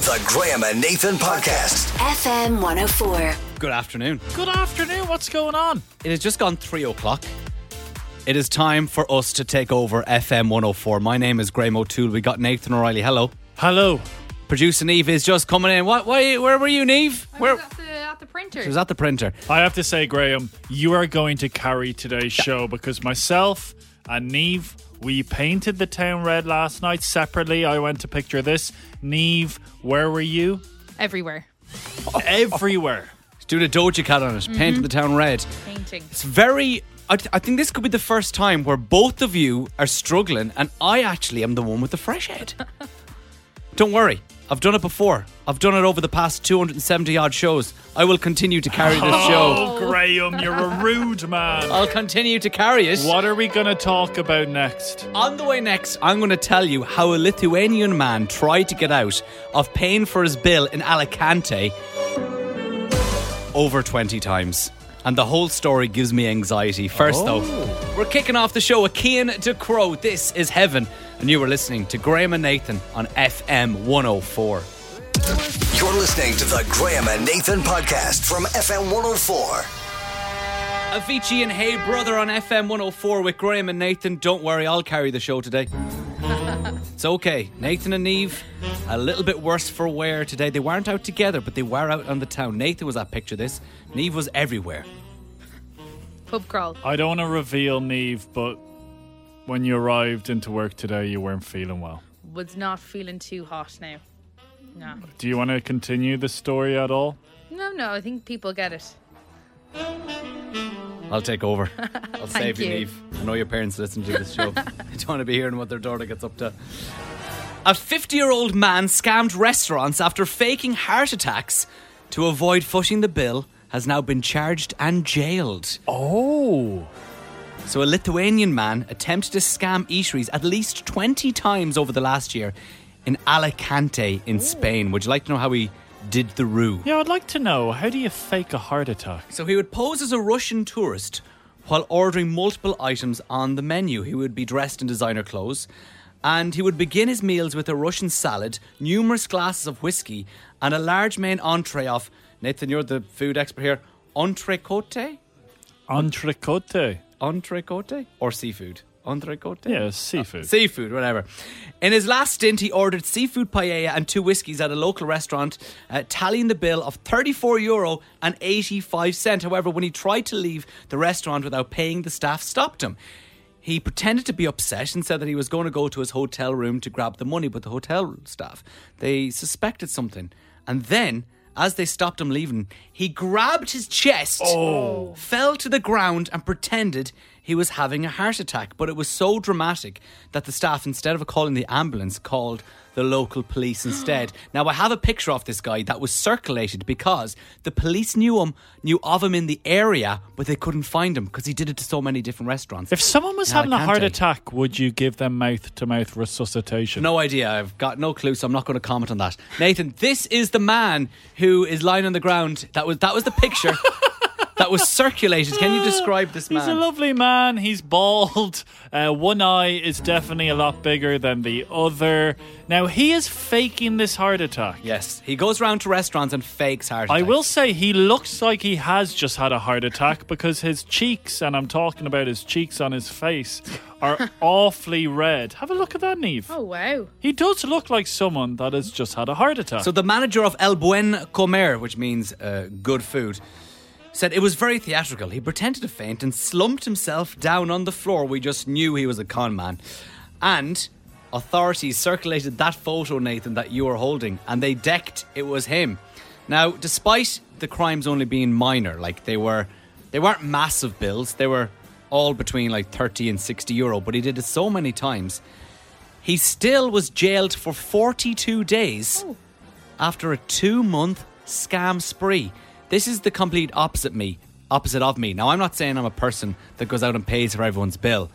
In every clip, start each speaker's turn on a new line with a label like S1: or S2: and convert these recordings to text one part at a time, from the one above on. S1: The Graham and Nathan Podcast.
S2: FM 104.
S3: Good afternoon.
S4: Good afternoon. What's going on?
S3: It has just gone three o'clock. It is time for us to take over FM 104. My name is Graham O'Toole. We got Nathan O'Reilly. Hello.
S4: Hello.
S3: Producer Neve is just coming in. What? Why, where were you, Neve?
S5: I
S3: Where?
S5: was at the, at the printer.
S3: She was at the printer.
S4: I have to say, Graham, you are going to carry today's show because myself and Neve, we painted the town red last night separately. I went to picture this. Neve, where were you?
S5: Everywhere.
S4: Everywhere.
S3: Doing a Doja Cat on it.
S5: Mm-hmm.
S3: Painted the town red.
S5: Painting.
S3: It's very. I, th- I think this could be the first time where both of you are struggling, and I actually am the one with the fresh head. Don't worry. I've done it before. I've done it over the past 270 odd shows. I will continue to carry this show.
S4: Oh, Graham, you're a rude man.
S3: I'll continue to carry it.
S4: What are we going to talk about next?
S3: On the way next, I'm going to tell you how a Lithuanian man tried to get out of paying for his bill in Alicante over 20 times. And the whole story gives me anxiety. First, though, we're kicking off the show with Cian de Crow. This is Heaven. And you are listening to Graham and Nathan on FM 104.
S1: You're listening to the Graham and Nathan Podcast from FM 104.
S3: Avicii and Hey Brother on FM 104 with Graham and Nathan. Don't worry, I'll carry the show today. it's okay. Nathan and Eve, a little bit worse for wear today. They weren't out together, but they were out on the town. Nathan was at Picture This, Neve was everywhere.
S5: Pub crawl.
S4: I don't want to reveal Neve, but when you arrived into work today, you weren't feeling well.
S5: Was not feeling too hot now. No.
S4: Do you want to continue the story at all?
S5: No, no. I think people get it.
S3: I'll take over. I'll save you,
S5: you.
S3: Neve. I know your parents listen to this show. they don't want to be hearing what their daughter gets up to. A 50 year old man scammed restaurants after faking heart attacks to avoid footing the bill has now been charged and jailed.
S4: Oh.
S3: So, a Lithuanian man attempted to scam eateries at least 20 times over the last year in Alicante in Spain. Would you like to know how he did the ruse?
S4: Yeah, I'd like to know how do you fake a heart attack?
S3: So, he would pose as a Russian tourist while ordering multiple items on the menu. He would be dressed in designer clothes and he would begin his meals with a Russian salad, numerous glasses of whiskey, and a large main entree of, Nathan, you're the food expert here, entrecote?
S4: Entrecote.
S3: Entrecote? Or seafood? Entrecote?
S4: Yeah, seafood.
S3: Seafood, whatever. In his last stint, he ordered seafood paella and two whiskies at a local restaurant, uh, tallying the bill of 34 euro and 85 cent. However, when he tried to leave the restaurant without paying, the staff stopped him. He pretended to be upset and said that he was going to go to his hotel room to grab the money, but the hotel staff they suspected something, and then. As they stopped him leaving, he grabbed his chest fell to the ground and pretended he was having a heart attack. But it was so dramatic that the staff, instead of calling the ambulance, called the local police instead. now, I have a picture of this guy that was circulated because the police knew him, knew of him in the area, but they couldn't find him because he did it to so many different restaurants.
S4: If someone was
S3: Now,
S4: having a
S3: can't
S4: heart
S3: I?
S4: attack, would you give them mouth to mouth resuscitation?
S3: No idea. I've got no clue, so I'm not going to comment on that. Nathan, this is the man who is lying on the ground. That was that was the picture that was circulated. Can you describe this man?
S4: He's a lovely man. He's bald. Uh, one eye is definitely a lot bigger than the other. Now, he is faking this heart attack.
S3: Yes, he goes round to restaurants and fakes heart
S4: I
S3: attacks.
S4: will say he looks like he has just had a heart attack because his cheeks, and I'm talking about his cheeks on his face, are awfully red. Have a look at that, Neve.
S5: Oh, wow.
S4: He does look like someone that has just had a heart attack.
S3: So the manager of El Buen Comer, which means uh, good food, said it was very theatrical. He pretended to faint and slumped himself down on the floor. We just knew he was a con man. And authorities circulated that photo, Nathan, that you were holding, and they decked it was him. Now, despite the crimes only being minor, like they were, they weren't massive bills. They were all between like 30 and 60 euro, but he did it so many times. He still was jailed for 42 days after a two month scam spree. This is the complete opposite me, opposite of me. Now I'm not saying I'm a person that goes out and pays for everyone's bill,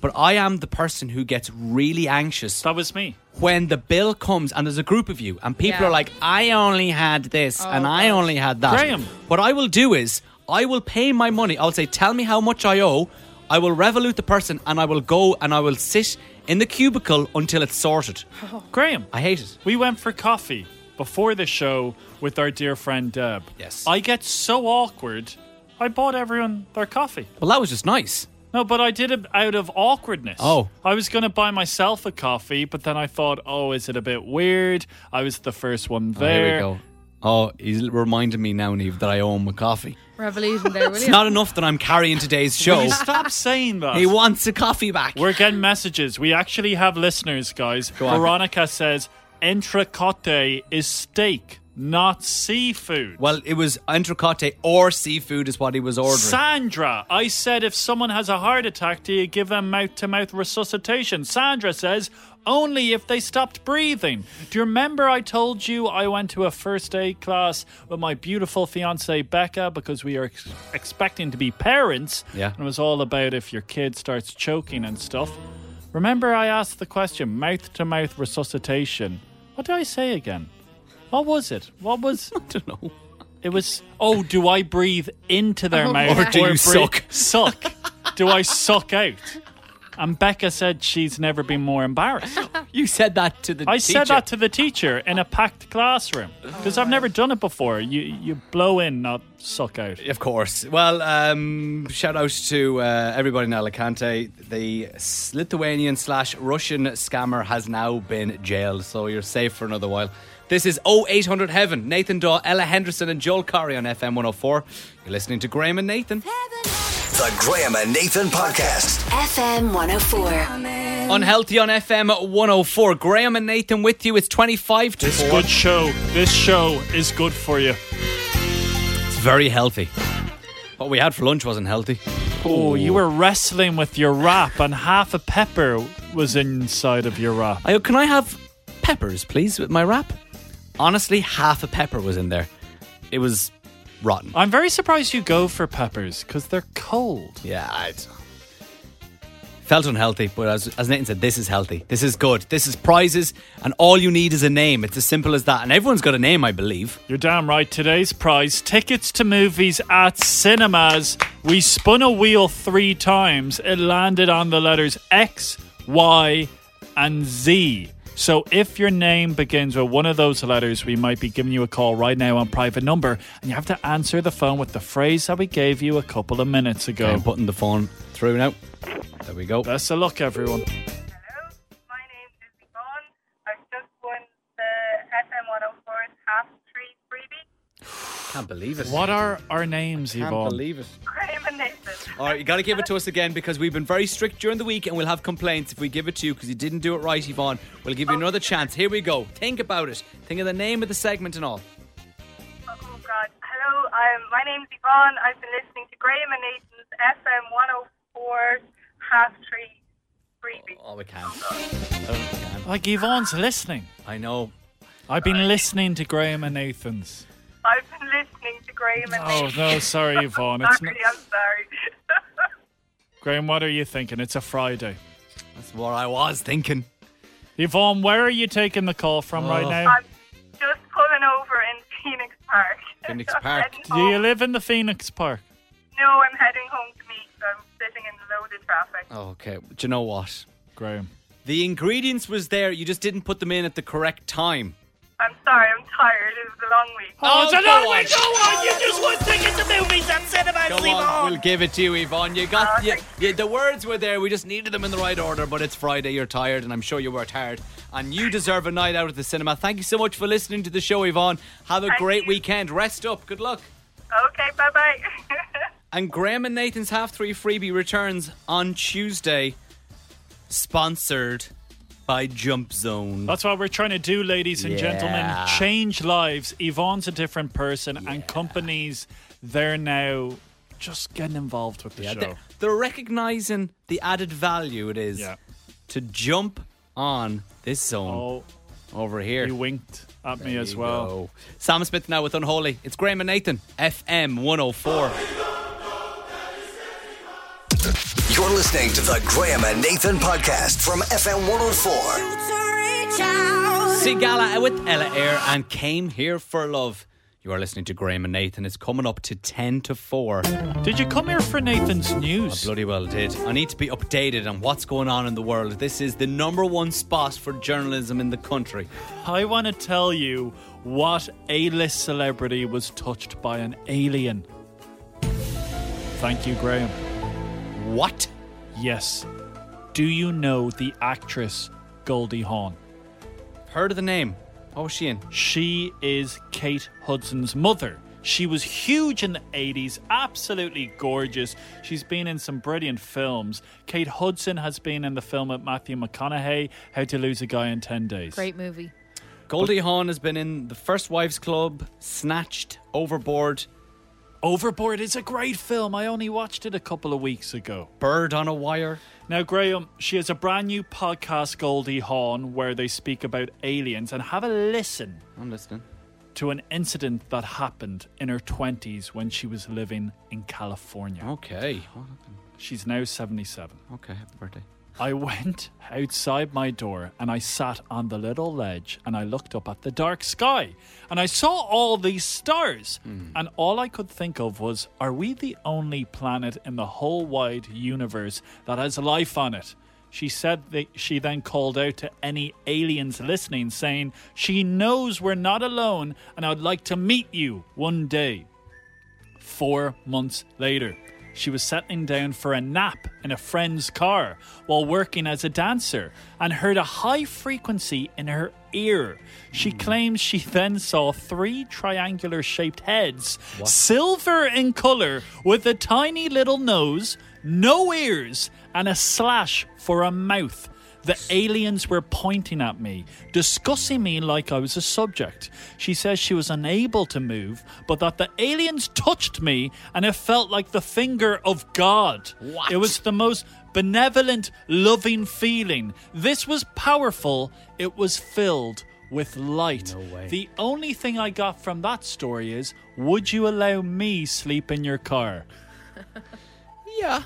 S3: but I am the person who gets really anxious
S4: that was me.
S3: when the bill comes and there's a group of you and people
S5: Yeah.
S3: are like, I only had this and I only had that.
S4: Graham.
S3: What I will do is I will pay my money. I'll say, tell me how much I owe. I will revolute the person and I will go and I will sit in the cubicle until it's sorted.
S4: Graham.
S3: I hate it.
S4: We went for coffee. before the show with our dear friend Deb.
S3: Yes.
S4: I get so awkward. I bought everyone their coffee.
S3: Well, that was just nice.
S4: No, but I did it out of awkwardness.
S3: Oh.
S4: I was going to buy myself a coffee, but then I thought, oh, is it a bit weird? I was the first one
S3: Oh,
S4: there.
S3: Here we go. Oh, he's reminded me now, Neve, that I owe him a coffee.
S5: Revolution there, will
S3: It's
S5: you?
S3: not enough that I'm carrying today's
S4: Will
S3: show.
S4: you stop saying that.
S3: he wants a coffee back.
S4: We're getting messages. We actually have listeners, guys.
S3: on.
S4: Veronica says entrecote is steak, not seafood.
S3: well, it was entrecote or seafood is what he was ordering.
S4: Sandra, I said if someone has a heart attack, do you give them mouth to mouth resuscitation? Sandra says only if they stopped breathing. Do you remember I told you I went to a first aid class with my beautiful fiance Becca because we are ex- expecting to be parents?
S3: Yeah.
S4: And it was all about if your kid starts choking and stuff. Remember I asked the question mouth to mouth resuscitation. What did I say again? What was it? What was
S3: I don't know.
S4: it was, oh, do I breathe into their
S5: Oh,
S4: mouth?
S5: Or do
S3: you
S4: breathe-
S3: suck?
S4: Suck. Do I suck out? And Becca said she's never been more embarrassed.
S3: You said that to the
S4: I
S3: teacher.
S4: said that to the teacher in a packed classroom because I've never done it before. You you blow in, not suck out.
S3: Of course. Well, um, shout out to uh, everybody in Alicante. The s- Lithuanian slash Russian scammer has now been jailed, so you're safe for another while. This is 0800 Heaven. Nathan Daw, Ella Henderson, and Joel Curry on FM 104. You're listening to Graham and Nathan.
S1: The Graham and Nathan Podcast.
S2: FM 104.
S3: Unhealthy on FM 104. Graham and Nathan with you. It's 25 to
S4: This
S3: 4.
S4: good show. This show is good for you.
S3: It's very healthy. What we had for lunch wasn't healthy.
S4: Oh, you were wrestling with your wrap, and half a pepper was inside of your wrap.
S3: I, can I have peppers, please, with my wrap? Honestly, half a pepper was in there. It was rotten.
S4: I'm very surprised you go for peppers because they're cold.
S3: Yeah, I felt unhealthy, but as, as Nathan said, this is healthy. This is good. This is prizes, and all you need is a name. It's as simple as that. And everyone's got a name, I believe.
S4: You're damn right. Today's prize tickets to movies at cinemas. We spun a wheel three times. It landed on the letters X, Y, and Z. So if your name begins with one of those letters, we might be giving you a call right now on private number, and you have to answer the phone with the phrase that we gave you a couple of minutes ago.
S3: I'm putting the phone through now. There we go.
S4: Best of luck, everyone.
S6: Hello, my name is Yvonne. I've just won the FM 104's half tree freebie.
S3: can't believe it.
S4: What are our names,
S3: Can't
S4: Yvonne?
S3: believe it.
S6: Graham and Nathan.
S3: All right, you got to give it to us again because we've been very strict during the week, and we'll have complaints if we give it to you because you didn't do it right, Yvonne. We'll give you another chance. Here we go. Think about it. Think of the name of the segment and all.
S6: Oh God. Hello, um, my name's Yvonne. I've been listening to Graham and Nathan's FM 104 half tree freebie.
S3: Oh, we can't. Oh, we can't.
S4: Like Yvonne's listening.
S3: I know.
S4: I've been listening to Graham and Nathan's.
S6: I've been listening to Graham and
S4: Oh
S6: Nathan.
S4: no, sorry, Yvonne. It's not...
S6: Sorry, I'm sorry.
S4: Graham, what are you thinking? It's a Friday.
S3: That's what I was thinking.
S4: Yvonne, where are you taking the call from right
S3: Oh.
S4: now?
S6: I'm just pulling over in Phoenix Park.
S3: Phoenix
S6: I'm
S3: Park.
S6: heading
S4: Do you
S6: home.
S4: live in the Phoenix Park?
S6: No, I'm heading home to meet. so I'm sitting in loaded traffic.
S3: Okay, do you know what?
S4: Graham.
S3: The ingredients was there, you just didn't put them in at the correct time.
S6: I'm sorry, I'm tired. It was a long week.
S3: Oh,
S4: it's a
S3: go
S4: long
S3: on.
S4: way to go on. You just want tickets to movies at cinemas,
S3: Come on,
S4: Yvonne.
S3: we'll give it to you, Yvonne. You got you, you, the words were there. We just needed them in the right order. But it's Friday. You're tired, and I'm sure you worked hard. And you deserve a night out at the cinema. Thank you so much for listening to the show, Yvonne. Have a
S6: Thank
S3: great
S6: you.
S3: weekend. Rest up. Good luck.
S6: Okay, bye bye.
S3: And Graham and Nathan's half three freebie returns on Tuesday. Sponsored by Jump Zone.
S4: That's what we're trying to do, ladies and
S3: Yeah.
S4: gentlemen. Change lives. Yvonne's a different person, and companies, they're now just getting involved with the
S3: Yeah,
S4: show.
S3: they're, they're recognizing the added value it is
S4: Yeah.
S3: to jump on this zone
S4: Oh,
S3: over here.
S4: you winked at me
S3: There
S4: as
S3: you
S4: well.
S3: go. Sam Smith now with Unholy. It's Graham and Nathan, FM 104.
S1: You're listening to the Graham and Nathan Podcast from FM 104.
S3: Sigala with Ella Air and Came Here for Love. You You are listening to Graham and Nathan. It's coming up to 10 to 4.
S4: Did you come here for Nathan's news?
S3: Bloody well did. I need to be updated on what's going on in the world. This is the number one spot for journalism in the country.
S4: I want to tell you what A list celebrity was touched by an alien. Thank you, Graham.
S3: What?
S4: Yes. Do you know the actress Goldie Hawn?
S3: Heard of the name? What was she in?
S4: She is Kate Hudson's mother. She was huge in the 80s, absolutely gorgeous. She's been in some brilliant films. Kate Hudson has been in the film with Matthew McConaughey, How to Lose a Guy in 10 Days.
S5: Great movie.
S3: Goldie Hawn has been in The First Wives Club, Snatched, Overboard,
S4: Overboard is a great film. I only watched it a couple of weeks ago.
S3: Bird on a Wire.
S4: Now, Graham, she has a brand new podcast, Goldie Hawn, where they speak about aliens and have a listen
S3: I'm listening.
S4: to an incident that happened in her 20s when she was living in California.
S3: Oh. Okay.
S4: She's now 77.
S3: Okay, happy birthday.
S4: I went outside my door and I sat on the little ledge and I looked up at the dark sky and I saw all these stars. And all I could think of was, are we the only planet in the whole wide universe that has life on it? She said that she then called out to any aliens listening, saying, She knows we're not alone and I'd like to meet you one day. Four months later, she was settling down for a nap in a friend's car while working as a dancer and heard a high frequency in her ear. She claims she then saw three triangular shaped heads, silver in color, with a tiny little nose, no ears, and a slash for a mouth. The aliens were pointing at me, discussing me like I was a subject. She says she was unable to move, but that the aliens touched me and it felt like the finger of God.
S3: What?
S4: It was the most benevolent, loving feeling. This was powerful, it was filled with light. The only thing I got from that story is would you allow me sleep in your car?
S3: Yeah.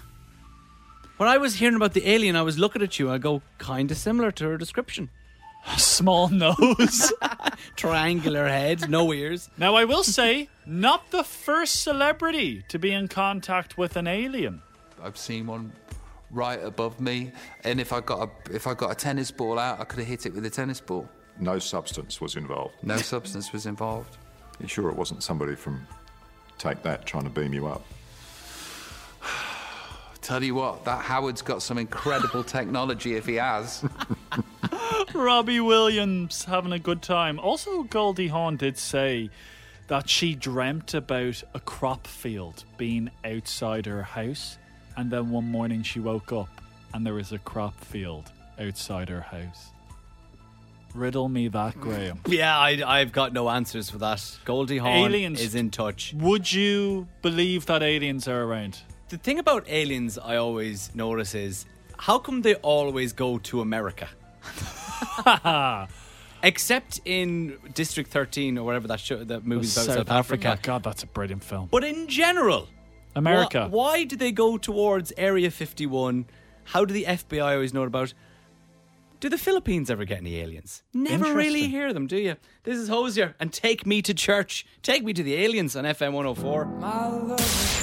S3: When I was hearing about the alien, I was looking at you. I go, kind of similar to her description.
S4: Small nose.
S3: Triangular head, no ears.
S4: Now, I will say, not the first celebrity to be in contact with an alien.
S7: I've seen one right above me, and if I got a if I got a tennis ball out, I could have hit it with a tennis ball.
S8: No substance was involved.
S7: No substance was involved.
S8: You sure it wasn't somebody from Take That trying to beam you up?
S7: Tell you what, that Howard's got some incredible technology if he has.
S4: Robbie Williams having a good time. Also, Goldie Hawn did say that she dreamt about a crop field being outside her house, and then one morning she woke up and there was a crop field outside her house. Riddle me that, Graham.
S3: Yeah, I, I've got no answers for that. Goldie Hawn
S4: Aliens.
S3: is in touch.
S4: Would you believe that aliens are around?
S3: The thing about aliens I always notice is how come they always go to America? Except in District 13 or whatever that show, that movie's about South, Africa.
S4: Oh, God, that's a brilliant film.
S3: But in general,
S4: America.
S3: wh- why do they go towards Area 51? How do the FBI always know about? Do the Philippines ever get any aliens? Never really
S4: Interesting.
S3: hear them, do you? This is Hosier, and take me to church. Take me to the aliens on FM 104.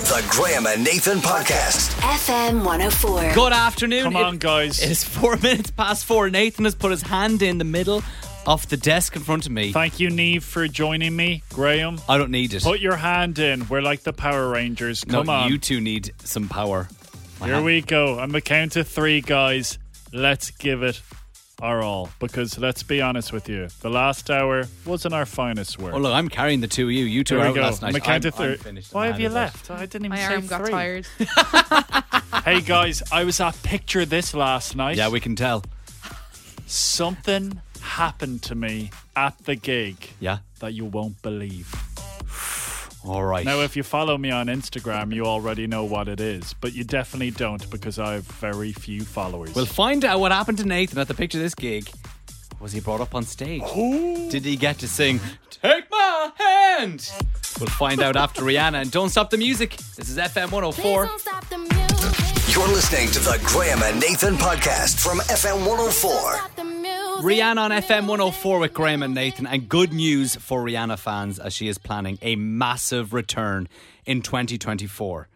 S1: The Graham and Nathan Podcast.
S2: FM 104.
S3: Good afternoon.
S4: Come
S3: It-
S4: on, guys.
S3: It is four minutes past four. Nathan has put his hand in the middle of the desk in front of me.
S4: Thank you, Neve, for joining me. Graham,
S3: I don't need it.
S4: put your hand in. We're like the Power Rangers.
S3: no,
S4: Come on.
S3: you two need some power. My
S4: Here
S3: hand-
S4: we go. On the count of three, guys, let's give it our all. Because let's be honest with you, the last hour wasn't our finest work.
S3: Oh look, I'm carrying the two of you. You two are
S4: Here we
S3: out
S4: go.
S3: last night.
S4: On the count
S3: I'm-
S4: of three.
S3: I'm finished.
S4: Why
S3: I'm
S4: have you
S3: out of it.
S4: left? I didn't even
S5: My
S4: say
S5: arm got
S4: three.
S5: tired.
S4: Hey guys, I was at Picture This last night.
S3: Yeah, we can tell.
S4: Something happened to me at the gig
S3: Yeah.
S4: that you won't believe.
S3: All right.
S4: Now, if you follow me on Instagram, you already know what it is, but you definitely don't because I have very few followers.
S3: we'll find out what happened to Nathan at the picture of this gig. Was he brought up on stage? Did he get to sing "Take My Hand"? We'll find out after Rihanna. And don't stop the music. This is FM 104.
S1: You're listening to the Graham and Nathan Podcast from FM 104.
S3: Rihanna on FM 104 with Graham and Nathan, and good news for Rihanna fans as she is planning a massive return in 2024.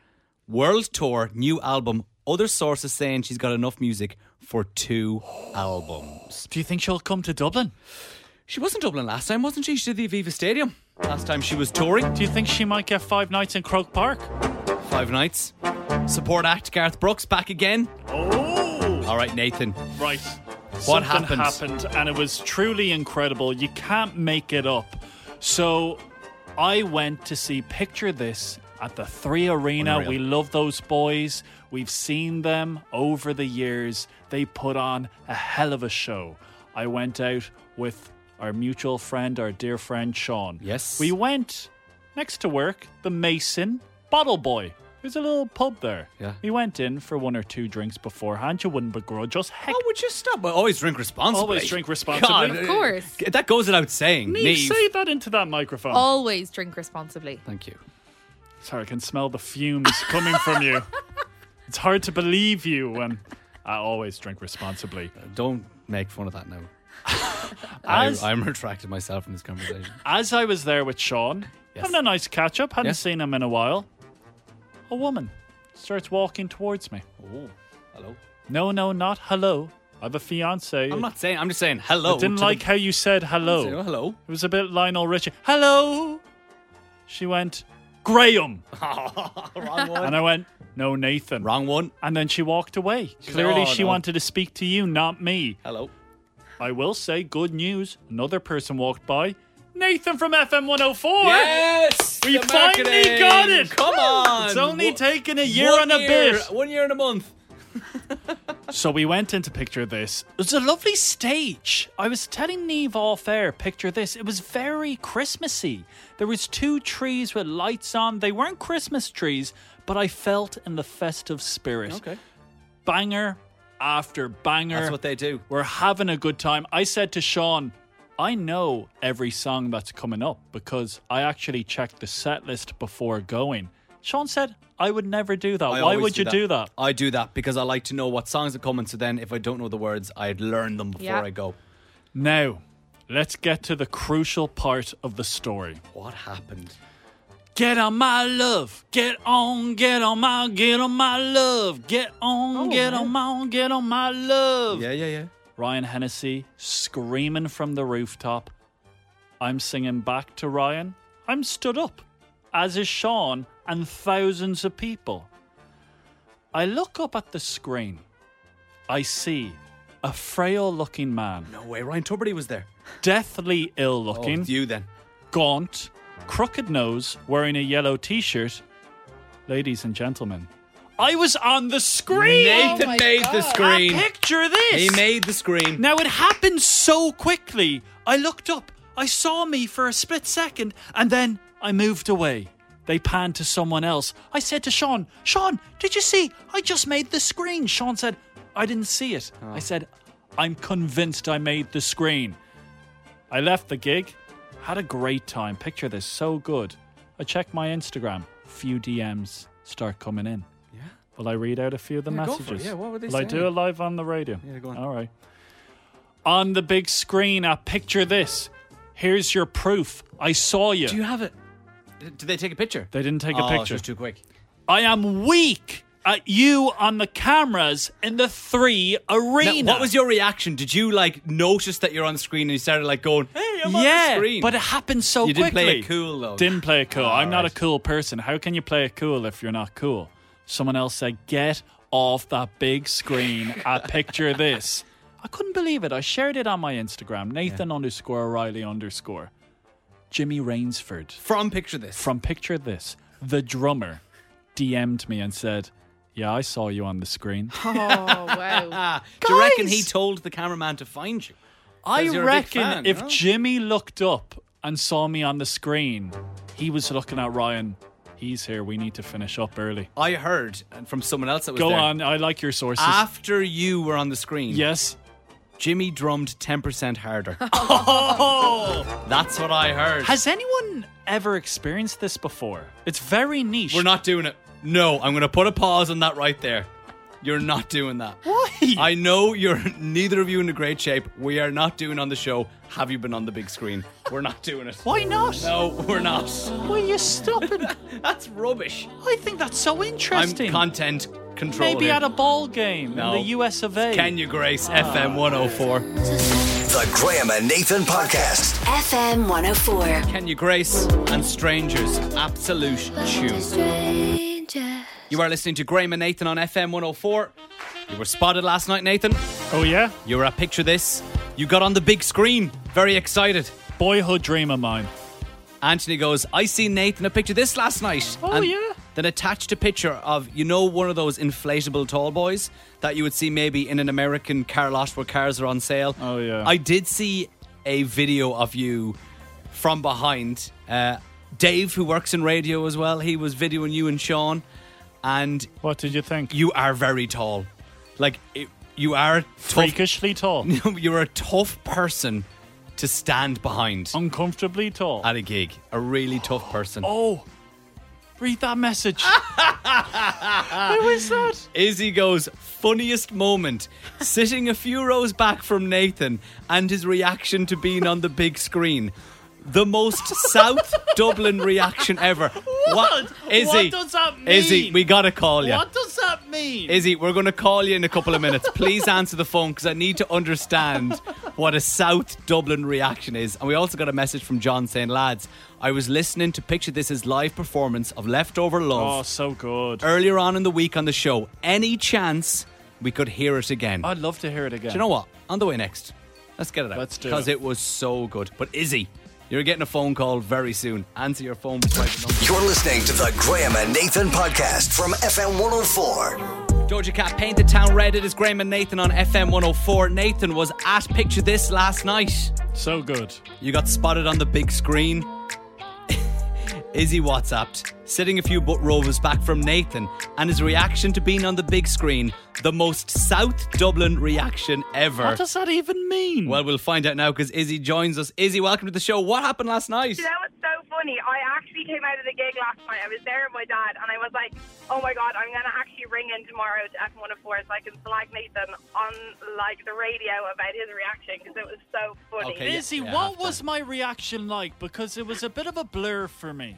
S3: World Tour, new album. Other sources saying she's got enough music for two albums.
S4: Do you think she'll come to Dublin?
S3: She was in Dublin last time, wasn't she? She did the Aviva Stadium last time she was touring.
S4: Do you think she might get five nights in Croke Park?
S3: Five nights. Support act Garth Brooks back again.
S4: Oh,
S3: All right, Nathan.
S4: right.
S3: What
S4: Something
S3: happened?
S4: happened, and it was truly incredible. You can't make it up. So, I went to see Picture This at the Three Arena.
S3: Unreal.
S4: We love those boys. We've seen them over the years. They put on a hell of a show. I went out with our mutual friend, our dear friend Sean.
S3: Yes.
S4: We went next to work, the Mason Bottle Boy. There's a little pub there.
S3: Yeah.
S4: We went in for one or two drinks beforehand. You wouldn't begrudge us. Heck,
S3: Oh, would you stop? Well, always drink responsibly.
S4: Always drink responsibly.
S3: God,
S5: Of course.
S3: uh, That goes without saying.
S4: Neve,
S3: Neve. Oh.
S4: say that into that microphone.
S5: Always drink responsibly.
S3: Thank you.
S4: Sorry, I can smell the fumes coming from you. It's hard to believe you when I always drink responsibly.
S3: Uh, Don't make fun of that now.
S4: As,
S3: I, I'm retracted myself from this conversation.
S4: as I was there with Sean,
S3: Yes.
S4: having a nice catch up, hadn't
S3: Yeah.
S4: seen him in a while, a woman starts walking towards me.
S3: Oh, hello.
S4: No, no, not hello. I have a fiance.
S3: I'm not saying. I'm just saying hello.
S4: I didn't
S3: to the-
S4: like how you said hello.
S3: Oh, hello.
S4: It was a bit Lionel Richie. Hello. She went, Graham.
S3: Wrong one.
S4: And I went, no, Nathan.
S3: Wrong one.
S4: And then she walked away. Clearly,
S3: "Oh,
S4: she
S3: no."
S4: wanted to speak to you, not me.
S3: Hello.
S4: I will say, good news. Another person walked by. Nathan from FM 104.
S3: Yes,
S4: We
S3: the
S4: finally
S3: marketing.
S4: got it.
S3: Come on.
S4: It's only
S3: Wo-
S4: taken a year
S3: one
S4: and a
S3: year-
S4: bit.
S3: One year and a month.
S4: So we went into Picture This. It was a lovely stage. I was telling Neve off air, Picture This. It was very Christmassy. There was two trees with lights on. They weren't Christmas trees, but I felt in the festive spirit. Banger after banger.
S3: That's what they do.
S4: We're having a good time. I said to Sean, I know every song that's coming up because I actually checked the set list before going. Sean said, I would never do that.
S3: I
S4: Why
S3: always
S4: would you do that?
S3: I do that because I like to know what songs are coming. So then, if I don't know the words, I'd learn them before
S5: Yeah.
S3: I go.
S4: Now, let's get to the crucial part of the story.
S3: What happened?
S4: Get on my love, get on, get on my, get on my love, get on, get on my, get on my love.
S3: Yeah, yeah, yeah.
S4: Ryan Hennessy screaming from the rooftop. I'm singing back to Ryan. I'm stood up, as is Sean and thousands of people. I look up at the screen. I see a frail looking man,
S3: No way. Ryan Tuberty was there.
S4: deathly ill
S3: Oh,
S4: looking,
S3: it's you then.
S4: gaunt, crooked nose, wearing a yellow t shirt. Ladies and gentlemen, I was on the screen!
S3: Nathan
S5: Oh my
S3: made the
S5: God.
S3: screen.
S4: And picture this!
S3: He made the screen.
S4: Now it happened so quickly. I looked up. I saw me for a split second, and then I moved away. They panned to someone else. I said to Sean, Sean, did you see? I just made the screen. Sean said, I didn't see it.
S3: Oh.
S4: I said, I'm convinced I made the screen. I left the gig, had a great time. Picture this, so good. I checked my Instagram, few DMs start coming in. Yeah. Will I read out a few of the
S3: Yeah, go for
S4: messages?
S3: it. Yeah, what were they
S4: Will I do
S3: saying?
S4: it live on the radio?
S3: Yeah, go on.
S4: All right. On the big screen, I picture this. Here's your proof. I saw you.
S3: Do you have it? Did they take a picture?
S4: They didn't take a
S3: oh,
S4: picture.
S3: It was too quick.
S4: I am weak at you on the cameras in the three
S3: Now,
S4: arena.
S3: what was your reaction? Did you like notice that you're on screen and you started like going, "Hey, I'm on
S4: yeah,
S3: the screen"?
S4: but uh, it happened so
S3: You
S4: quickly.
S3: didn't play it cool, though.
S4: Didn't play it cool. I'm not a
S3: right.
S4: cool person. How can you play it cool if you're not cool? Someone else said, "Get off that big screen." I picture this. I couldn't believe it. I shared it on my Instagram, Nathan underscore O'Reilly underscore Jimmy Rainsford
S3: from picture this.
S4: from Picture This. The drummer DM'd me and said, "Yeah, I saw you on the screen."
S5: Oh, wow.
S3: Ah, do you reckon
S4: Guys!
S3: he told the cameraman to find you?
S4: I
S3: you're a big
S4: reckon
S3: fan,
S4: if
S3: no?
S4: Jimmy looked up and saw me on the screen, he was looking at Ryan. He's here. We need to finish up early.
S3: I heard uh, from someone else that was
S4: Go
S3: there, Ah.
S4: on. I like your sources.
S3: After you were on the screen,
S4: yes.
S3: Jimmy drummed ten percent harder. That's what I heard.
S4: Oh! Has anyone ever experienced this before? It's very niche.
S3: We're not doing it. No, I'm going to put a pause on that right there. You're not doing that. Why? I know you're neither of you in a great shape. We are not doing on the show. Have you been on the big screen? We're not doing it.
S4: Why not?
S3: No, we're not.
S4: Why are you stopping?
S3: That's rubbish.
S4: I think that's so
S3: I'm
S4: interesting.
S3: content control.
S4: Maybe
S3: here.
S4: at a Ah. ball game
S3: No.
S4: in the US of A.
S3: Kenya Grace FM 104.
S1: The Graham and Nathan Podcast.
S2: FM 104.
S3: Kenya Grace and Strangers Absolute Tune. You are listening to Graham and Nathan on FM 104. You were spotted last night, Nathan.
S4: Oh, yeah?
S3: You were at Picture This. You got on the big screen. Very excited.
S4: Boyhood dream of mine.
S3: Anthony goes, I seen Nathan a picture this last night.
S4: Oh, yeah.
S3: Then attached a picture of, you know, one of those inflatable tall boys that you would see maybe in an American car lot where cars are on sale.
S4: Oh, yeah.
S3: I did see a video of you from behind. Uh, Dave, who works in radio as well, he was videoing you and Sean, and
S4: What did you think?
S3: you are very tall. Like, it, you are tough.
S4: Freakishly tall.
S3: You're a tough person to stand behind
S4: Oh. Uncomfortably tall.
S3: at a gig. A really tough person.
S4: oh, read that message. Who is that?
S3: Izzy goes, funniest moment, sitting a few rows back from Nathan and his reaction to being on the big screen. The most South Dublin reaction ever.
S4: What?
S3: Izzy,
S4: What does that mean?
S3: Izzy, we gotta call you.
S4: What does that mean?
S3: Izzy, we're going to call you in a couple of minutes. Please answer the phone because I need to understand what a South Dublin reaction is. And we also got a message from John saying, lads, I was listening to Picture This's live performance of Leftover Love
S4: oh, so good.
S3: earlier on in the week on the show. Any chance we could hear it again?
S4: I'd love to hear it again.
S3: do you know what? On the way next, let's get it out.
S4: Let's do
S3: Because
S4: it.
S3: it was so good. But Izzy, you're getting a phone call very soon. Answer your phone. private number.
S1: You're listening to the Graham and Nathan Podcast from FM 104.
S3: Georgia Cat painted town red. It is Graham and Nathan on FM 104. Nathan was at Picture This last night.
S4: So good.
S3: You got spotted on the big screen. Izzy WhatsApped, sitting a few butt rovers back from Nathan, and his reaction to being on the big screen, the most South Dublin reaction ever.
S4: What does that even mean?
S3: Well, we'll find out now because Izzy joins us. Izzy, welcome to the show. What happened last night?
S6: You know what's so funny? I actually came out of the gig last night. I was there with my dad, and I was like, "Oh my god, I'm gonna actually ring in tomorrow to F104 so I can slag Nathan on like the radio about his reaction because it was so funny."
S3: Okay.
S4: Izzy,
S3: yeah, half
S4: what
S3: time.
S4: was my reaction like? Because it was a bit of a blur for me.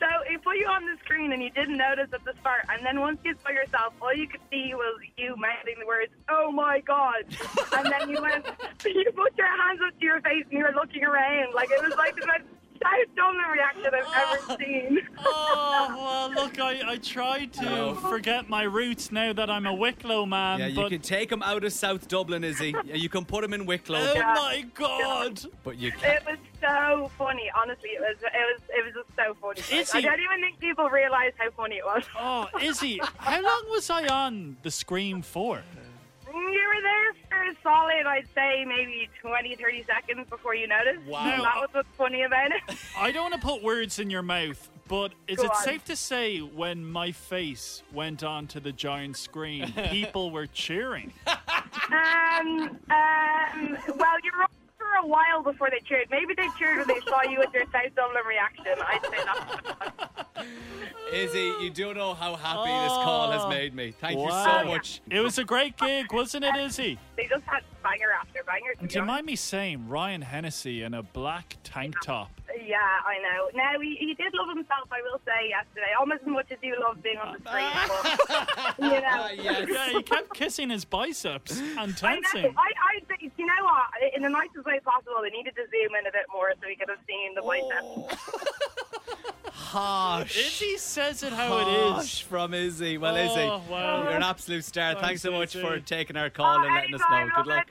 S6: So he put you on the screen, and you didn't notice at the start. And then once you saw yourself, all you could see was you mouthing the words, "Oh my god!" and then you went, you put your hands up to your face, and you were looking around like it was like the most South Dublin reaction I've ever seen.
S4: Oh, well, look, I, I tried to forget my roots now that I'm a Wicklow man,
S3: Yeah, you
S4: but
S3: can take him out of South Dublin, Izzy. Yeah, you can put him in Wicklow,
S4: oh
S3: but,
S4: my god.
S3: but you can't.
S6: It was so funny, honestly. It was it was it was just so funny.
S4: Is
S6: I
S4: he-
S6: don't even think people realised how funny it was.
S4: Oh, Izzy, how long was I on the screen for?
S6: You were there for a solid, I'd say maybe 20, 30 seconds before you noticed.
S4: Wow.
S6: That was what's funny about it.
S4: I don't want to put words in your mouth, but is
S6: Go
S4: it
S6: on.
S4: safe to say when my face went onto the giant screen, people were cheering?
S6: Um, um, well, you were on for a while before they cheered. Maybe they cheered when they saw you with your South Dublin reaction. I'd say that.
S3: Izzy, you do know how happy this call
S4: Oh.
S3: has made me. Thank you so much.
S4: It was a great gig, wasn't it, Izzy?
S6: They just had banger after banger. to be
S4: Do you
S6: honest.
S4: mind me saying Ryan Hennessy in a black tank top?
S6: Yeah, I know. Now he, he did love himself, I will say, yesterday, almost as much as you love being on the screen. But, you
S3: Ah,
S6: know.
S4: Yeah, he kept kissing his biceps and
S6: I, know,
S4: dancing.
S6: I, I think, you know what? In the nicest way possible, they needed to zoom in a bit more so we could have seen the white
S3: Harsh.
S4: Izzy says it how it
S3: Harsh
S4: is.
S3: from Izzy. Well,
S4: Oh,
S3: Izzy,
S4: wow.
S3: you're an absolute star. Thanks,
S4: Thanks,
S3: so much
S4: Izzy. Oh,
S3: for taking our call and Oh, letting us know. Good luck.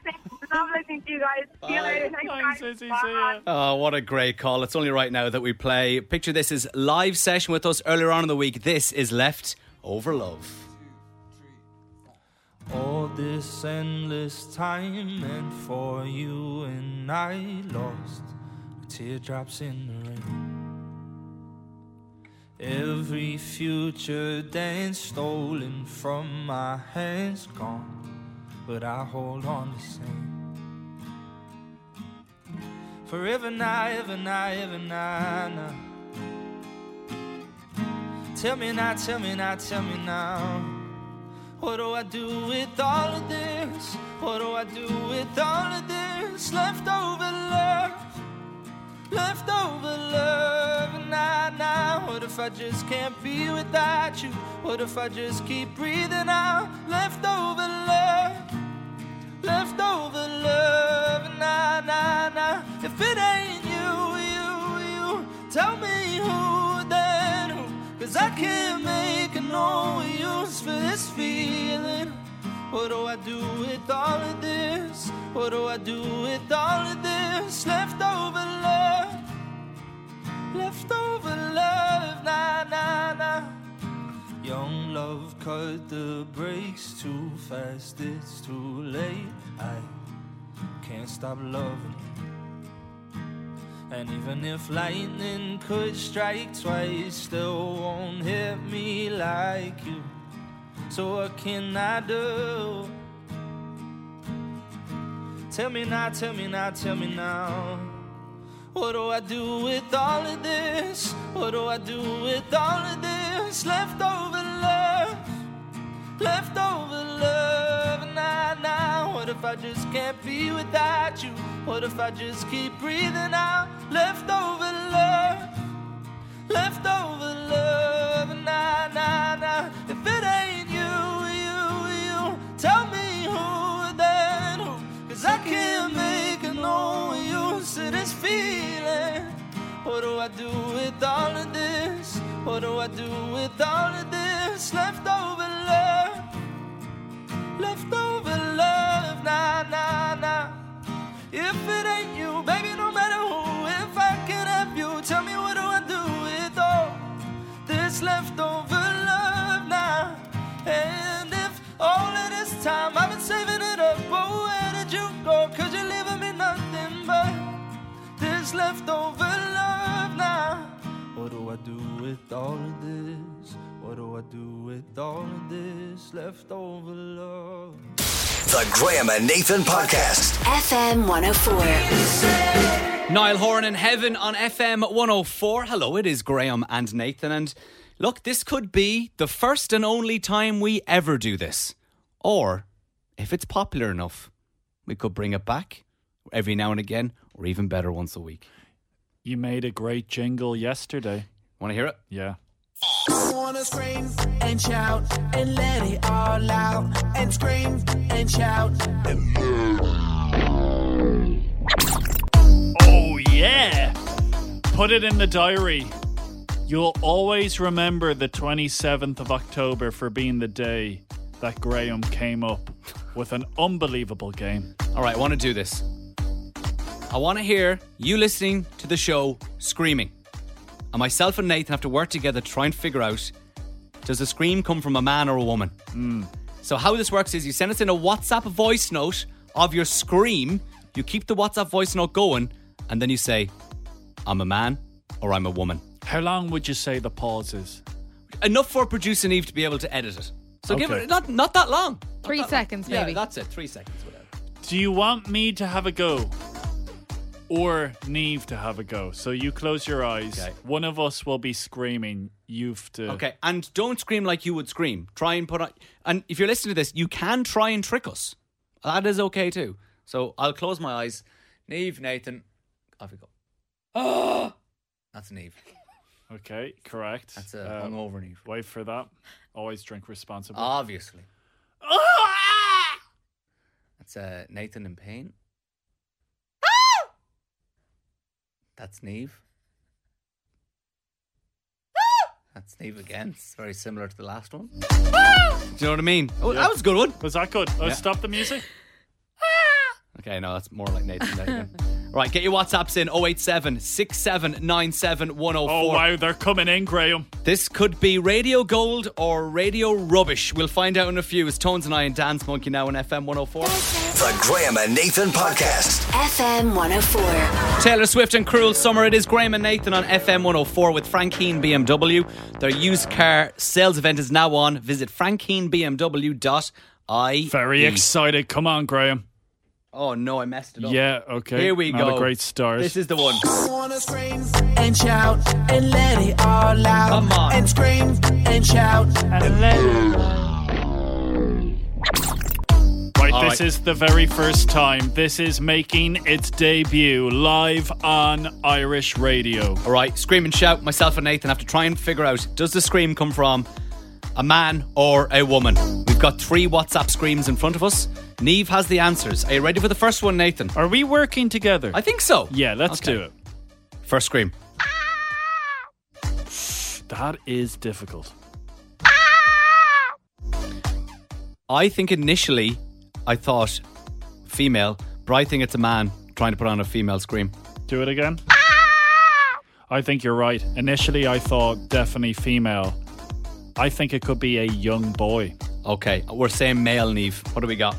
S6: Love listening to you guys. See you
S3: Bye.
S6: later. Thanks,
S4: Thanks,
S6: guys.
S4: Izzy. See
S6: Bye.
S4: ya.
S3: Oh, what a great call. It's only right now that we play. Picture this is live session with us earlier on in the week. This is Left Over Love.
S9: All this endless time meant for you and I lost teardrops in the rain. Every future dance stolen from my hands gone, but I hold on the same. Forever now, ever now, ever now, now. Tell me now, tell me now, tell me now. What do I do with all of this? What do I do with all of this? Leftover love, leftover love. Nah, nah. What if I just can't be without you? What if I just keep breathing out leftover love? leftover love. Nah, nah, nah. If it ain't you, you, you, tell me who then who. Cause I can't make no use for this feeling. What do I do with all of this? What do I do with all of this? Leftover love. Leftover love. Nah, nah, nah. Young love cut the brakes too fast, it's too late. I can't stop loving. And even if lightning could strike twice, still won't hit me like you. So what can I do? Tell me now, tell me now, tell me now. What do I do with all of this? What do I do with all of this? Leftover love, leftover love. Nah, nah. What if I just can't be without you? What if I just keep breathing out? Leftover love, leftover love. Nah, nah, nah. If it ain't you, you, you, tell me who then who? Cause I can't make no use of this feeling. What do I do with all of this? What do I do with all of this? Leftover love, leftover love, nah, nah, nah. If it ain't you, baby, no matter who, if I could have you, tell me what do I do with all this leftover love now. And if all of this time I've been saving it up, oh, where did you go? Cause you're leaving me nothing but this leftover love now. What do I do with all of this? What do I do with all of this leftover love?
S1: The Graham and Nathan Podcast.
S2: FM 104.
S3: Niall Horan in Heaven on FM 104. Hello, it is Graham and Nathan. And look, this could be the first and only time we ever do this. Or, if it's popular enough, we could bring it back every now and again, or even better, once a week.
S4: You made a great jingle yesterday.
S3: Want to hear it?
S4: Yeah.
S10: wanna scream and shout and let it all out and scream and shout.
S4: Oh, yeah. Put it in the diary. You'll always remember the 27th of October for being the day that Graham came up with an unbelievable game.
S3: All right, I want to do this. I want to hear you listening to the show screaming. And myself and Nathan have to work together to try and figure out does the scream come from a man or a woman? So, how this works is you send us in a WhatsApp voice note of your scream, you keep the WhatsApp voice note going, and then you say, I'm a man or I'm a woman.
S4: How long would you say the pause is?
S3: Enough for producer Eve to be able to edit it. So, give
S4: Okay.
S3: it not, not that long.
S5: Three seconds,
S3: Yeah,
S5: maybe.
S3: that's it. Three seconds, whatever.
S4: Do you want me to have a go? Or Neve to have a go? So you close your eyes.
S3: Okay.
S4: One of us will be screaming. You've to.
S3: Okay, and don't scream like you would scream. Try and put on. And if you're listening to this, you can try and trick us. That is okay too. So I'll close my eyes. Neve, Nathan, off you go. Oh, that's Neve.
S4: Okay, correct.
S3: That's a
S4: Um,
S3: hungover Ah. Neve.
S4: Wait for that. Always drink responsibly. Ah!
S3: Obviously, that's uh, Nathan in pain. That's Neve. That's Neve again. It's very similar to the last one. Do you know what I mean? Oh, that was a good one.
S4: Was that good? Oh, Stop the music.
S3: Okay, no, that's more like Nathan there again. All right, get your WhatsApps in 087 6797
S4: Oh,
S3: 104.
S4: wow, they're coming in, Graham.
S3: This could be radio gold or radio rubbish. We'll find out in a few as Tones and I and Dance Monkey now on FM 104.
S1: The Graham and Nathan Podcast.
S2: FM 104.
S3: Taylor Swift and Cruel Summer. It is Graham and Nathan on FM 104 with Frankeen BMW. Their used car sales event is now on. Visit frankeenbmw.ie.
S4: Very excited. Come on, Graham.
S3: E. Oh, no, I messed it up.
S4: Yeah, okay.
S3: Here we
S4: Not
S3: go.
S4: a great start.
S3: This is the one.
S10: Wanna scream and shout and let it all out
S3: Come on.
S10: and scream and shout.
S4: this is the very first time this is making its debut live on Irish radio.
S3: All right, scream and shout. Myself and Nathan have to try and figure out does the scream come from a man or a woman? We've got three WhatsApp screams in front of us. Neve has the answers. Are you ready for the first one, Nathan?
S4: Are we working together?
S3: I think so.
S4: yeah, let's
S3: Okay.
S4: do it.
S3: First scream.
S4: That is difficult.
S3: I think initially I thought female, but I think it's a man trying to put on a female scream.
S4: Do it again. I think you're right. Initially, I thought definitely female. I think it could be a young boy.
S3: Okay, we're saying male, Neve. What do we got?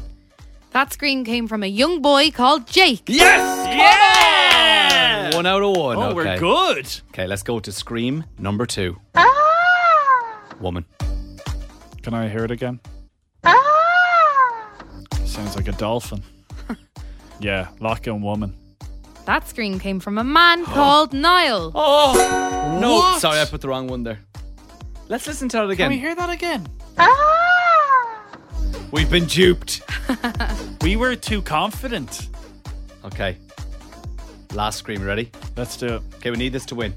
S5: That screen came from a young boy called Jake.
S3: Yes!
S4: Yeah!
S3: One out of one.
S4: Oh,
S3: okay.
S4: we're good.
S3: Okay, let's go to scream number two. Woman.
S4: Can I hear it again?
S5: Ah!
S4: Sounds like a dolphin. yeah, lock in woman.
S5: That screen came from a man called Niall.
S3: Oh no!
S4: What?
S3: Sorry, I put the wrong one there. Let's listen to it again.
S4: hear that again?
S3: We've been duped.
S4: We were too confident.
S3: Okay. Last scream. Ready?
S4: Let's do it.
S3: Okay, we need this to win.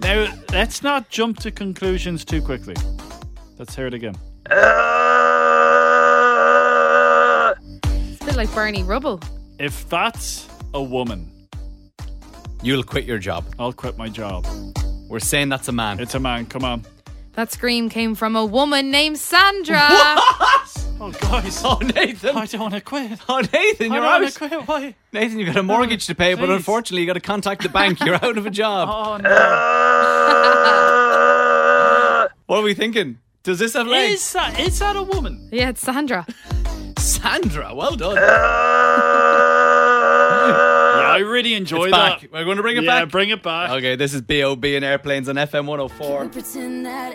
S4: Now, let's not jump to conclusions too quickly. Let's hear it again.
S5: It's a bit like Barney Rubble.
S4: If that's a woman,
S3: You'll quit your job.
S4: I'll quit my job.
S3: We're saying that's a man.
S4: It's a man. Come on.
S5: That scream came from a woman named Sandra.
S4: Oh, guys.
S3: oh, Nathan!
S4: I don't want to quit.
S3: Oh, Nathan,
S4: I
S3: you're
S4: don't want
S3: out.
S4: to quit. Why?
S3: Nathan, you've got a mortgage to pay, but
S4: Please.
S3: unfortunately, you got to contact the bank. You're out of a job.
S4: Oh, no.
S3: What are we thinking? Does this have legs?
S4: Is that, is that a woman?
S5: yeah, it's Sandra.
S3: Sandra, well done.
S4: Yeah, I really enjoy
S3: It's
S4: that.
S3: back. We're going to bring it
S4: yeah,
S3: back. Oh,
S4: bring it back.
S3: okay, this is BOB and airplanes on FM 104.
S2: Pretend that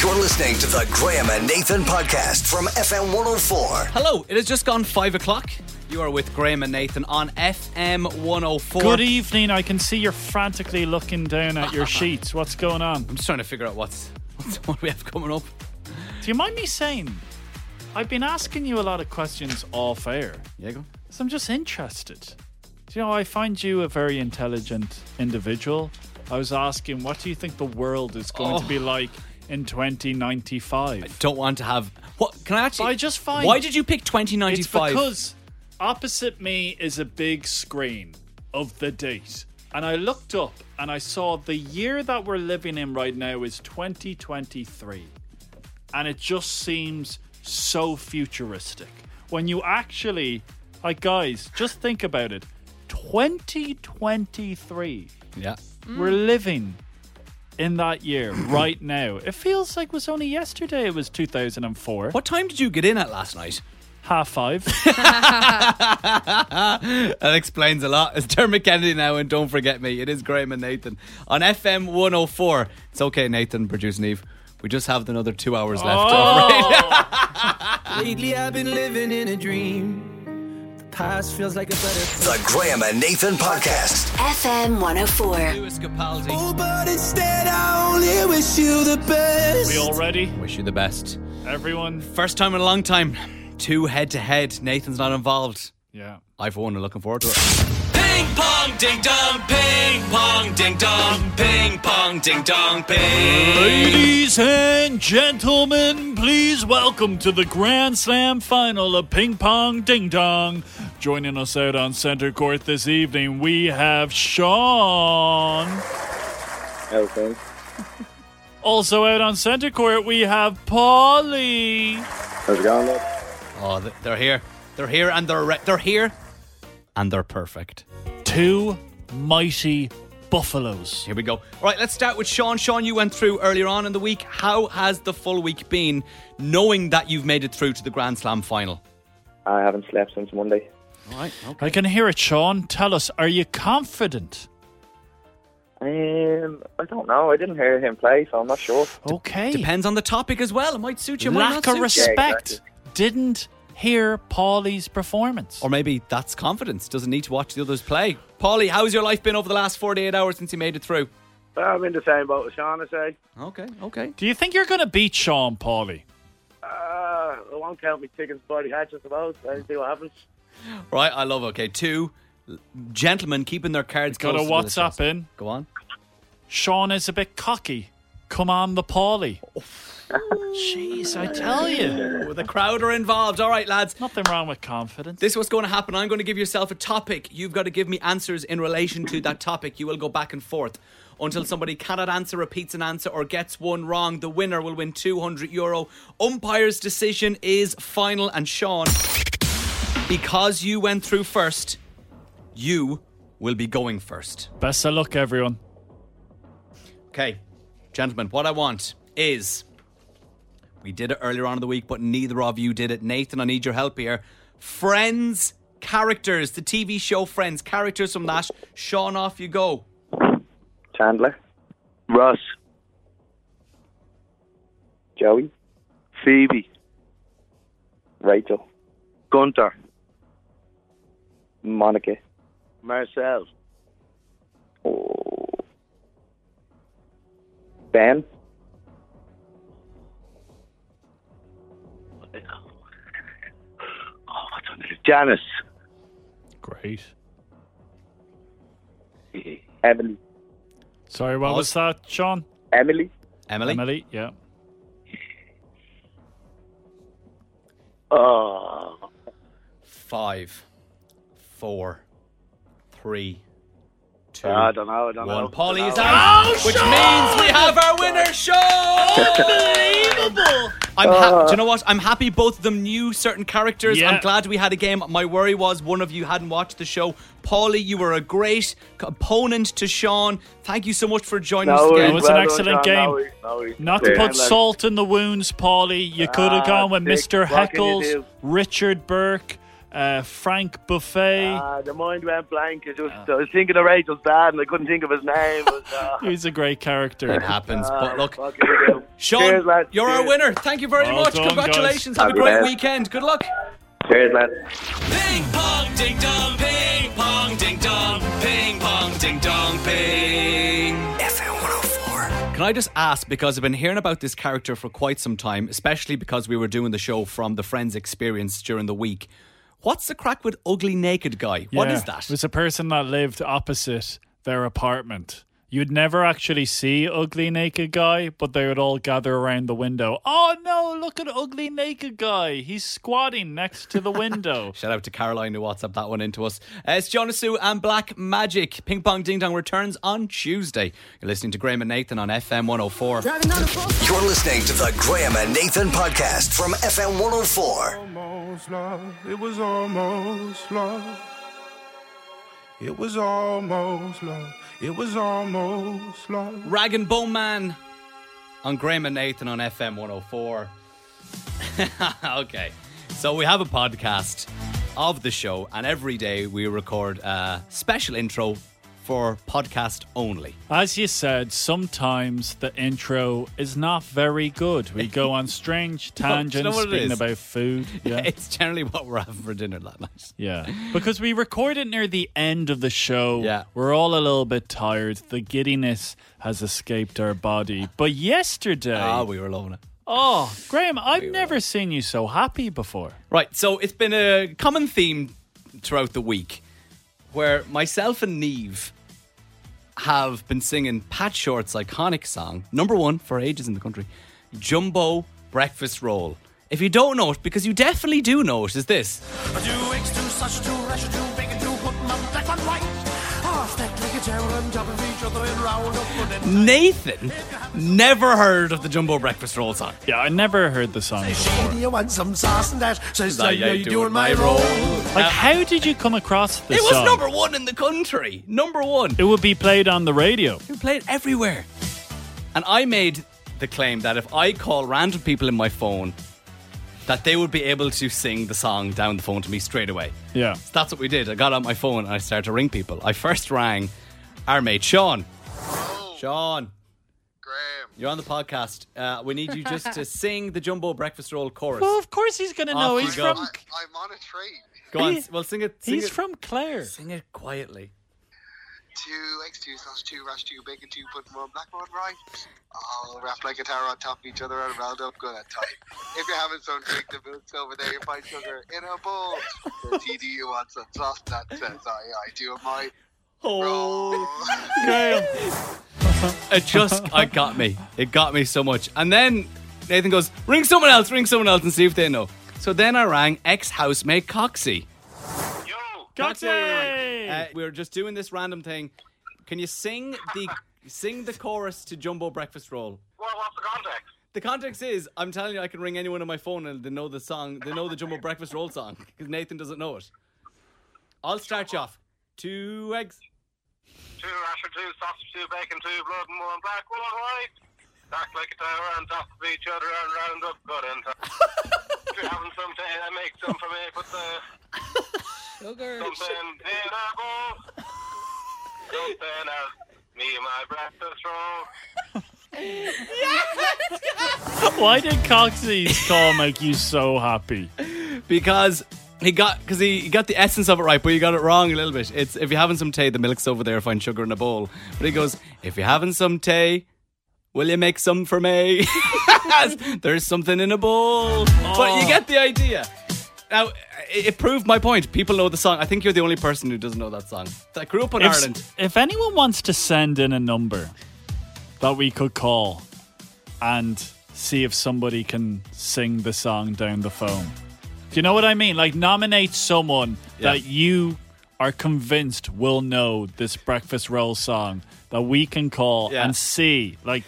S1: You're listening to the Graham and Nathan podcast from FM 104.
S3: Hello, it has just gone five o'clock. You are with Graham and Nathan on FM 104.
S4: Good evening. I can see you're frantically looking down at your sheets. What's going on?
S3: I'm just trying to figure out what's, what's what we have coming up.
S4: Do you mind me saying? I've been asking you a lot of questions off air,
S3: Yeah, go.
S4: so I'm just interested. Do you know, I find you a very intelligent individual. I was asking, what do you think the world is going to
S3: Oh.
S4: be like in 2095?
S3: Don't want to have. What can I actually?
S4: But I just find-
S3: Why did you pick
S4: It's
S3: 2095?
S4: because opposite me is a big screen of the date. And I looked up and I saw the year that we're living in right now is 2023. And it just seems so futuristic. When you actually, like, guys, just think about it 2023,
S3: yeah,
S4: we're living in that year right now. It feels like it was only yesterday, it was 2004.
S3: what time did you get in at last night?
S4: Half five.
S3: That explains a lot. It's Dermot Kennedy now, and don't forget me. It is Graham and Nathan on FM 104. It's okay, Nathan, producer Eve. We just have another two hours left. all right?
S10: Lately, I've been living in a dream. The past feels like a better
S1: The Graham and Nathan podcast.
S2: FM 104.
S3: Lewis Capaldi.
S10: Oh, but instead, I only wish you the best.
S4: We all ready?
S3: Wish you the best.
S4: Everyone?
S3: First time in a long time. Two head to head. Nathan's not involved.
S4: Yeah.
S3: I for one are looking forward to it. Ping pong ding dong, ping pong ding dong, ping pong ding dong, ping.
S4: Ladies and gentlemen, please welcome to the Grand Slam final of Ping Pong Ding Dong. Joining us out on center court this evening, we have Sean. Also out on center court, we have Polly.
S3: Oh, th- they're here. They're here and they're re- they're here and they're perfect.
S4: Two mighty buffaloes.
S3: Here we go. All right, let's start with Sean. Sean, you went through earlier on in the week. How has the full week been knowing that you've made it through to the Grand Slam final?
S11: I haven't slept since Monday.
S4: I can hear it, Sean. Tell us, are you confident?
S11: Um, I don't know. I didn't hear him play, so I'm not sure.
S4: Okay.
S3: Depends on the topic as well. It might suit you, it might
S4: lack
S3: not
S4: of
S3: suit you.
S4: respect.
S11: exactly.
S4: Didn't hear Paulie's performance.
S3: Or maybe that's confidence, doesn't need to watch the others play. Paulie, how's your life been over the last 48 hours since you made it through?
S12: I'm in the same boat as Sean, I say.
S3: Okay, okay.
S4: Do you think you're going to beat Sean Paulie?
S12: Uh, I won't count me chickens by the hatch, I suppose. Let's see what happens.
S3: Right, I love. Okay, two gentlemen keeping their cards.
S4: Got a
S3: close to the
S4: WhatsApp
S3: chest.
S4: in.
S3: Go on.
S4: Sean is a bit cocky. Come on, the Paulie. Jeez, I tell you.
S3: The crowd are involved. All right, lads.
S4: Nothing wrong with confidence.
S3: This is what's going to happen. I'm going to give yourself a topic. You've got to give me answers in relation to that topic. You will go back and forth until somebody cannot answer, repeats an answer, or gets one wrong. The winner will win 200 euro. Umpire's decision is final. And Sean, because you went through first, you will be going first.
S4: Best of luck, everyone.
S3: Okay, gentlemen, what I want is we did it earlier on in the week, but neither of you did it. Nathan, I need your help here. Friends characters, the TV show Friends characters from that. Sean, off you go.
S11: Chandler,
S12: Ross,
S11: Joey,
S12: Phoebe,
S11: Rachel,
S12: Gunter,
S11: Monica,
S12: Marcel,
S11: Ben,
S12: Janice,
S4: Great.
S11: Emily,
S4: Sorry, what was that, Sean?
S11: Emily,
S3: Emily.
S4: Emily, yeah.
S11: oh,
S3: Five, four, three, two.
S12: Ah, I don't know, I Oh, don't
S3: one.
S12: know.
S3: Polly is
S12: I don't
S3: out,
S12: know.
S3: which means we have our winner, Sean. Unbelievable. I'm
S12: Ah.
S3: ha- do you know what? I'm happy both of them knew certain characters.
S4: Yeah.
S3: I'm glad we had a game. My worry was one of you hadn't watched the show. Paulie, you were a great opponent to Sean. Thank you so much for joining us.
S12: No
S3: Again.
S12: worries,
S4: It was an
S12: well done, Sean.
S4: excellent game.
S12: No worries, no worries.
S4: Not to
S12: Yeah.
S4: put salt in the wounds, Paulie. You could have
S12: Ah,
S4: gone with
S12: Dick,
S4: Mr.
S12: what can you
S4: Heckles,
S12: do?
S4: Richard Burke, uh, Frank Buffet. Ah.
S12: Uh, the mind went blank. I, just, I was thinking of Rachel's dad and I couldn't think of his name. But, uh,
S4: He's a great character.
S3: It happens. but look,
S12: what can you do?
S3: Sean,
S12: Cheers, lads.
S3: you're our
S12: Cheers.
S3: winner. Thank you very
S4: Well
S3: much.
S4: done, guys.
S3: Congratulations. Have a
S11: Happy
S3: great
S11: days.
S3: weekend. Good luck.
S11: cheers, lads.
S3: Ping pong ding dong, ping pong ding dong, ping pong ding dong, ping.
S1: FM 104.
S3: Can I just ask because I've been hearing about this character for quite some time, especially because we were doing the show from the Friends experience during the week. What's the crack with ugly naked guy? What
S4: Yeah,
S3: is that?
S4: It was a person that lived opposite their apartment. You'd never actually see ugly naked guy, but they would all gather around the window. Oh no, look at ugly naked guy. He's squatting next to the window.
S3: Shout out to Caroline who WhatsApp that one into us. Uh, it's Jonasu and Black Magic. Ping Pong Ding Dong returns on Tuesday. You're listening to Graham and Nathan on FM 104.
S1: You're listening to the Graham and Nathan podcast from FM 104.
S10: Almost love, it was almost love. It was almost love, it was almost love.
S3: Rag and Bone Man on Graham and Nathan on FM 104. okay, so we have a podcast of the show, and every day we record a special intro for podcast only.
S4: As you said, sometimes the intro is not very good. We go on strange
S3: No, do you know
S4: tangents,
S3: what it
S4: speaking
S3: is?
S4: about food. Yeah.
S3: It's generally what we're having for dinner that night.
S4: Yeah. Because we record it near the end of the show.
S3: Yeah.
S4: We're all a little bit tired. The giddiness has escaped our body. But yesterday,
S3: Ah, we were loving it.
S4: oh, Graham, I've never seen you so happy before.
S3: Right, so it's been a common theme throughout the week where myself and Neve have been singing Pat Short's iconic song, number one for ages in the country, Jumbo Breakfast Roll. If you don't know it, because you definitely do know it, is this.
S10: Two eggs, two sausage, two rashes, two bacon, two put 'em up black and white. Half that like a tower on top of each other and round up for them.
S3: Nathan never heard of the Jumbo Breakfast Roll song.
S4: Yeah, I never heard the song before.
S10: Do you want some sauce and that? Says,
S3: Aye,
S10: I know
S3: aye,
S10: you
S3: doing
S10: doing
S3: my
S10: my roll.
S4: Like, how did you come across this
S3: It was
S4: song?
S3: number one in the country. Number one.
S4: it would be played on the radio.
S3: We play it everywhere. And I made the claim that if I call random people in my phone, that they would be able to sing the song down the phone to me straight away.
S4: Yeah.
S3: So that's what we did. I got out my phone and I started to ring people. I first rang our mate Sean. Sean,
S13: Graham.
S3: you're on the podcast. Uh, we need you just to sing the Jumbo Breakfast Roll chorus.
S4: Well, of course he's going to
S3: Off
S4: know.
S3: you
S4: He's
S3: go.
S4: from.
S13: I, I'm on a train.
S3: Go on.
S4: He-
S3: well, sing it. Sing
S4: He's
S3: it,
S4: from Clare.
S3: Sing it quietly.
S13: two eggs, two sausage, two rash, two bacon, two pudding, one black, one rye. All wrapped like a tower on top of each other and rolled up good and tight. If you're having some drink, the milk's over there, you find sugar in a bowl. The TD wants some sauce, that says I, I do it my...
S3: Oh, it just it got me. It got me so much. And then Nathan goes, ring someone else, ring someone else, and see if they know. So then I rang ex housemate Coxie. Yo, Coxie! Uh, we were just doing this random thing. Can you sing the sing the chorus to Jumbo Breakfast Roll?
S13: Well, what's the context?
S3: The context is, I'm telling you, I can ring anyone on my phone and they know the song. They know the Jumbo Breakfast Roll song because Nathan doesn't know it. I'll start you off. Two eggs.
S13: Two rash or two sausage, two bacon, two blood, and one black, one white. Stacked like a tower on top of each other and round up good and tight. if you're having some tea, I make some for me, put the
S14: Sugar.
S13: something in a bowl. Something else. Me and my breakfast roll.
S4: Why did Coxie's call make you so happy?
S3: Because he got because he he got the essence of it right, but he got it wrong a little bit. It's if you're having some tea, the milk's over there. Find sugar in a bowl. But he goes, if you're having some tea, will you make some for me? There's something in a bowl.
S4: Oh.
S3: But you get the idea. Now i- it proved my point. People know the song. I think you're the only person who doesn't know that song. I grew up in
S4: if,
S3: Ireland.
S4: If anyone wants to send in a number that we could call and see if somebody can sing the song down the phone. Do you know what I mean? Like nominate someone
S3: Yeah.
S4: that you are convinced will know this breakfast roll song that we can call
S3: Yeah.
S4: and see like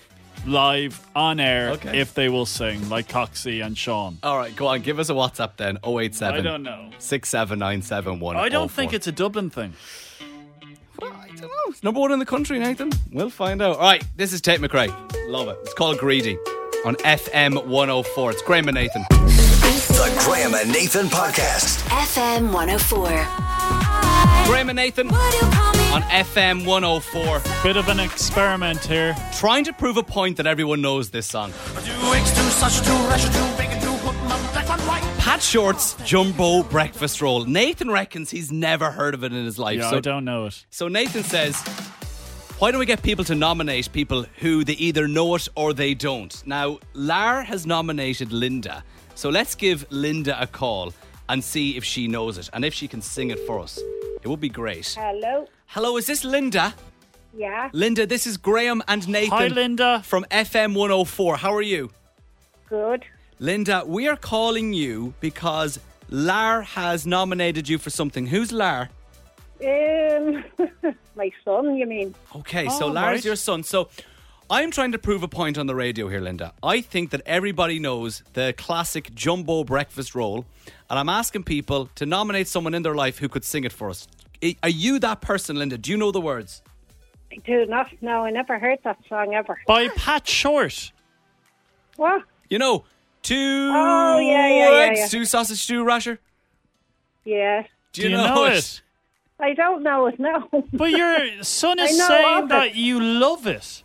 S4: live on air
S3: Okay.
S4: if they will sing like Coxie and Sean.
S3: All right, go on. Give us a WhatsApp then. 087
S4: I don't know.
S3: Six seven nine seven one. oh
S4: I don't think it's a Dublin thing.
S3: It's number one in the country, Nathan. We'll find out. All right, this is Tate McRae. Love it. It's called Greedy on FM 104. It's Graham and Nathan.
S1: The Graham and Nathan podcast.
S2: FM 104.
S3: Graham and Nathan on FM 104.
S4: Bit of an experiment here.
S3: Trying to prove a point that everyone knows this song.
S14: Two eggs, two sausage, two rash, two bacon, two put my black one white.
S3: Pat Short's Jumbo Breakfast Roll. Nathan reckons he's never heard of it in his life.
S4: Yeah,
S3: so,
S4: I don't know it.
S3: so Nathan says, why don't we get people to nominate people who they either know it or they don't? Now, Lar has nominated Linda. So let's give Linda a call and see if she knows it and if she can sing it for us. It would be great.
S15: Hello.
S3: Hello, is this Linda?
S15: Yeah.
S3: Linda, this is Graham and Nathan.
S4: Hi, Linda.
S3: From FM 104. How are you?
S15: Good.
S3: Linda, we are calling you because Lar has nominated you for something. Who's Lar?
S15: Um, my son, you mean?
S3: Okay, so
S15: Oh,
S3: Lar's
S15: right.
S3: your son. So I'm trying to prove a point on the radio here, Linda. I think that everybody knows the classic jumbo breakfast roll, and I'm asking people to nominate someone in their life who could sing it for us. I- Are you that person, Linda? Do you know the words?
S15: I do not. No, I never heard that song ever.
S4: By Pat Short.
S15: What?
S3: You know, two
S15: Oh, yeah, yeah, yeah,
S3: eggs,
S15: yeah.
S3: two sausage, two rasher.
S15: Yeah.
S3: Do you, know, it?
S15: I don't know it now.
S4: But your son
S15: I
S4: is
S15: know
S4: saying
S15: of
S4: that
S15: it.
S4: you love it.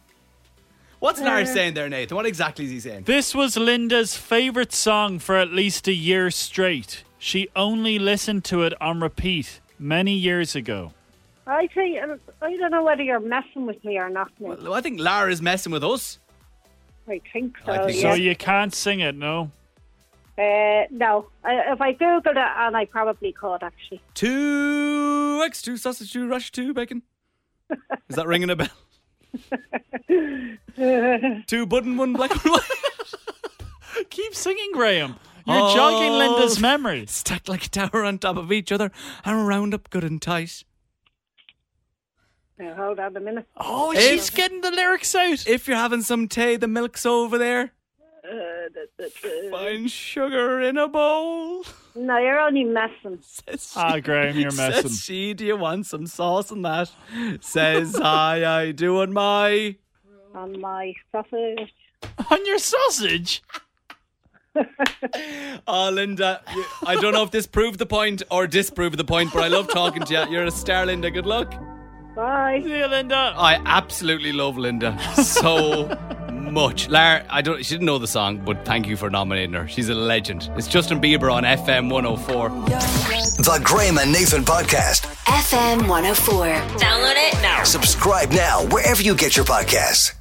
S3: What's
S15: Uh,
S3: Lar saying there, Nathan? What exactly is he saying?
S4: This was Linda's favorite song for at least a year straight. She only listened to it on repeat many years ago.
S15: I think um, I don't know whether you're messing with me or not. Now.
S3: Well, I think Lar is messing with us.
S15: I think so.
S4: So
S15: yeah.
S4: you can't sing it, no?
S15: Uh, no, I, if I googled it, and I probably could actually.
S3: Two eggs, two sausage, two rasher, two bacon. Is that ringing a bell? two button, one black, one white.
S4: Keep singing, Graham. You're jogging
S3: Oh.
S4: Linda's memory.
S3: Stacked like a tower on top of each other and round up good and tight.
S15: Now, hold on a minute.
S4: Oh,
S3: If-
S4: she's getting the lyrics out.
S3: If you're having some tea, the milk's over there.
S15: Uh, da, da, da.
S3: Find sugar in a bowl.
S15: No, you're only messing.
S4: Ah, Graham, you're messing.
S3: Says she, do you want some sauce on that? Says hi, I do on my.
S15: On my sausage.
S4: On your sausage?
S3: Oh, Linda, you- I don't know if this proved the point or disproved the point, but I love talking to you. You're a star, Linda. Good luck.
S15: Bye.
S4: See you, Linda.
S3: I absolutely love Linda so much. Lar, I don't. She didn't know the song, but thank you for nominating her. She's a legend. It's Justin Bieber on FM 104.
S1: The Graham and Nathan Podcast.
S2: FM 104. Download it now.
S1: Subscribe now wherever you get your podcasts.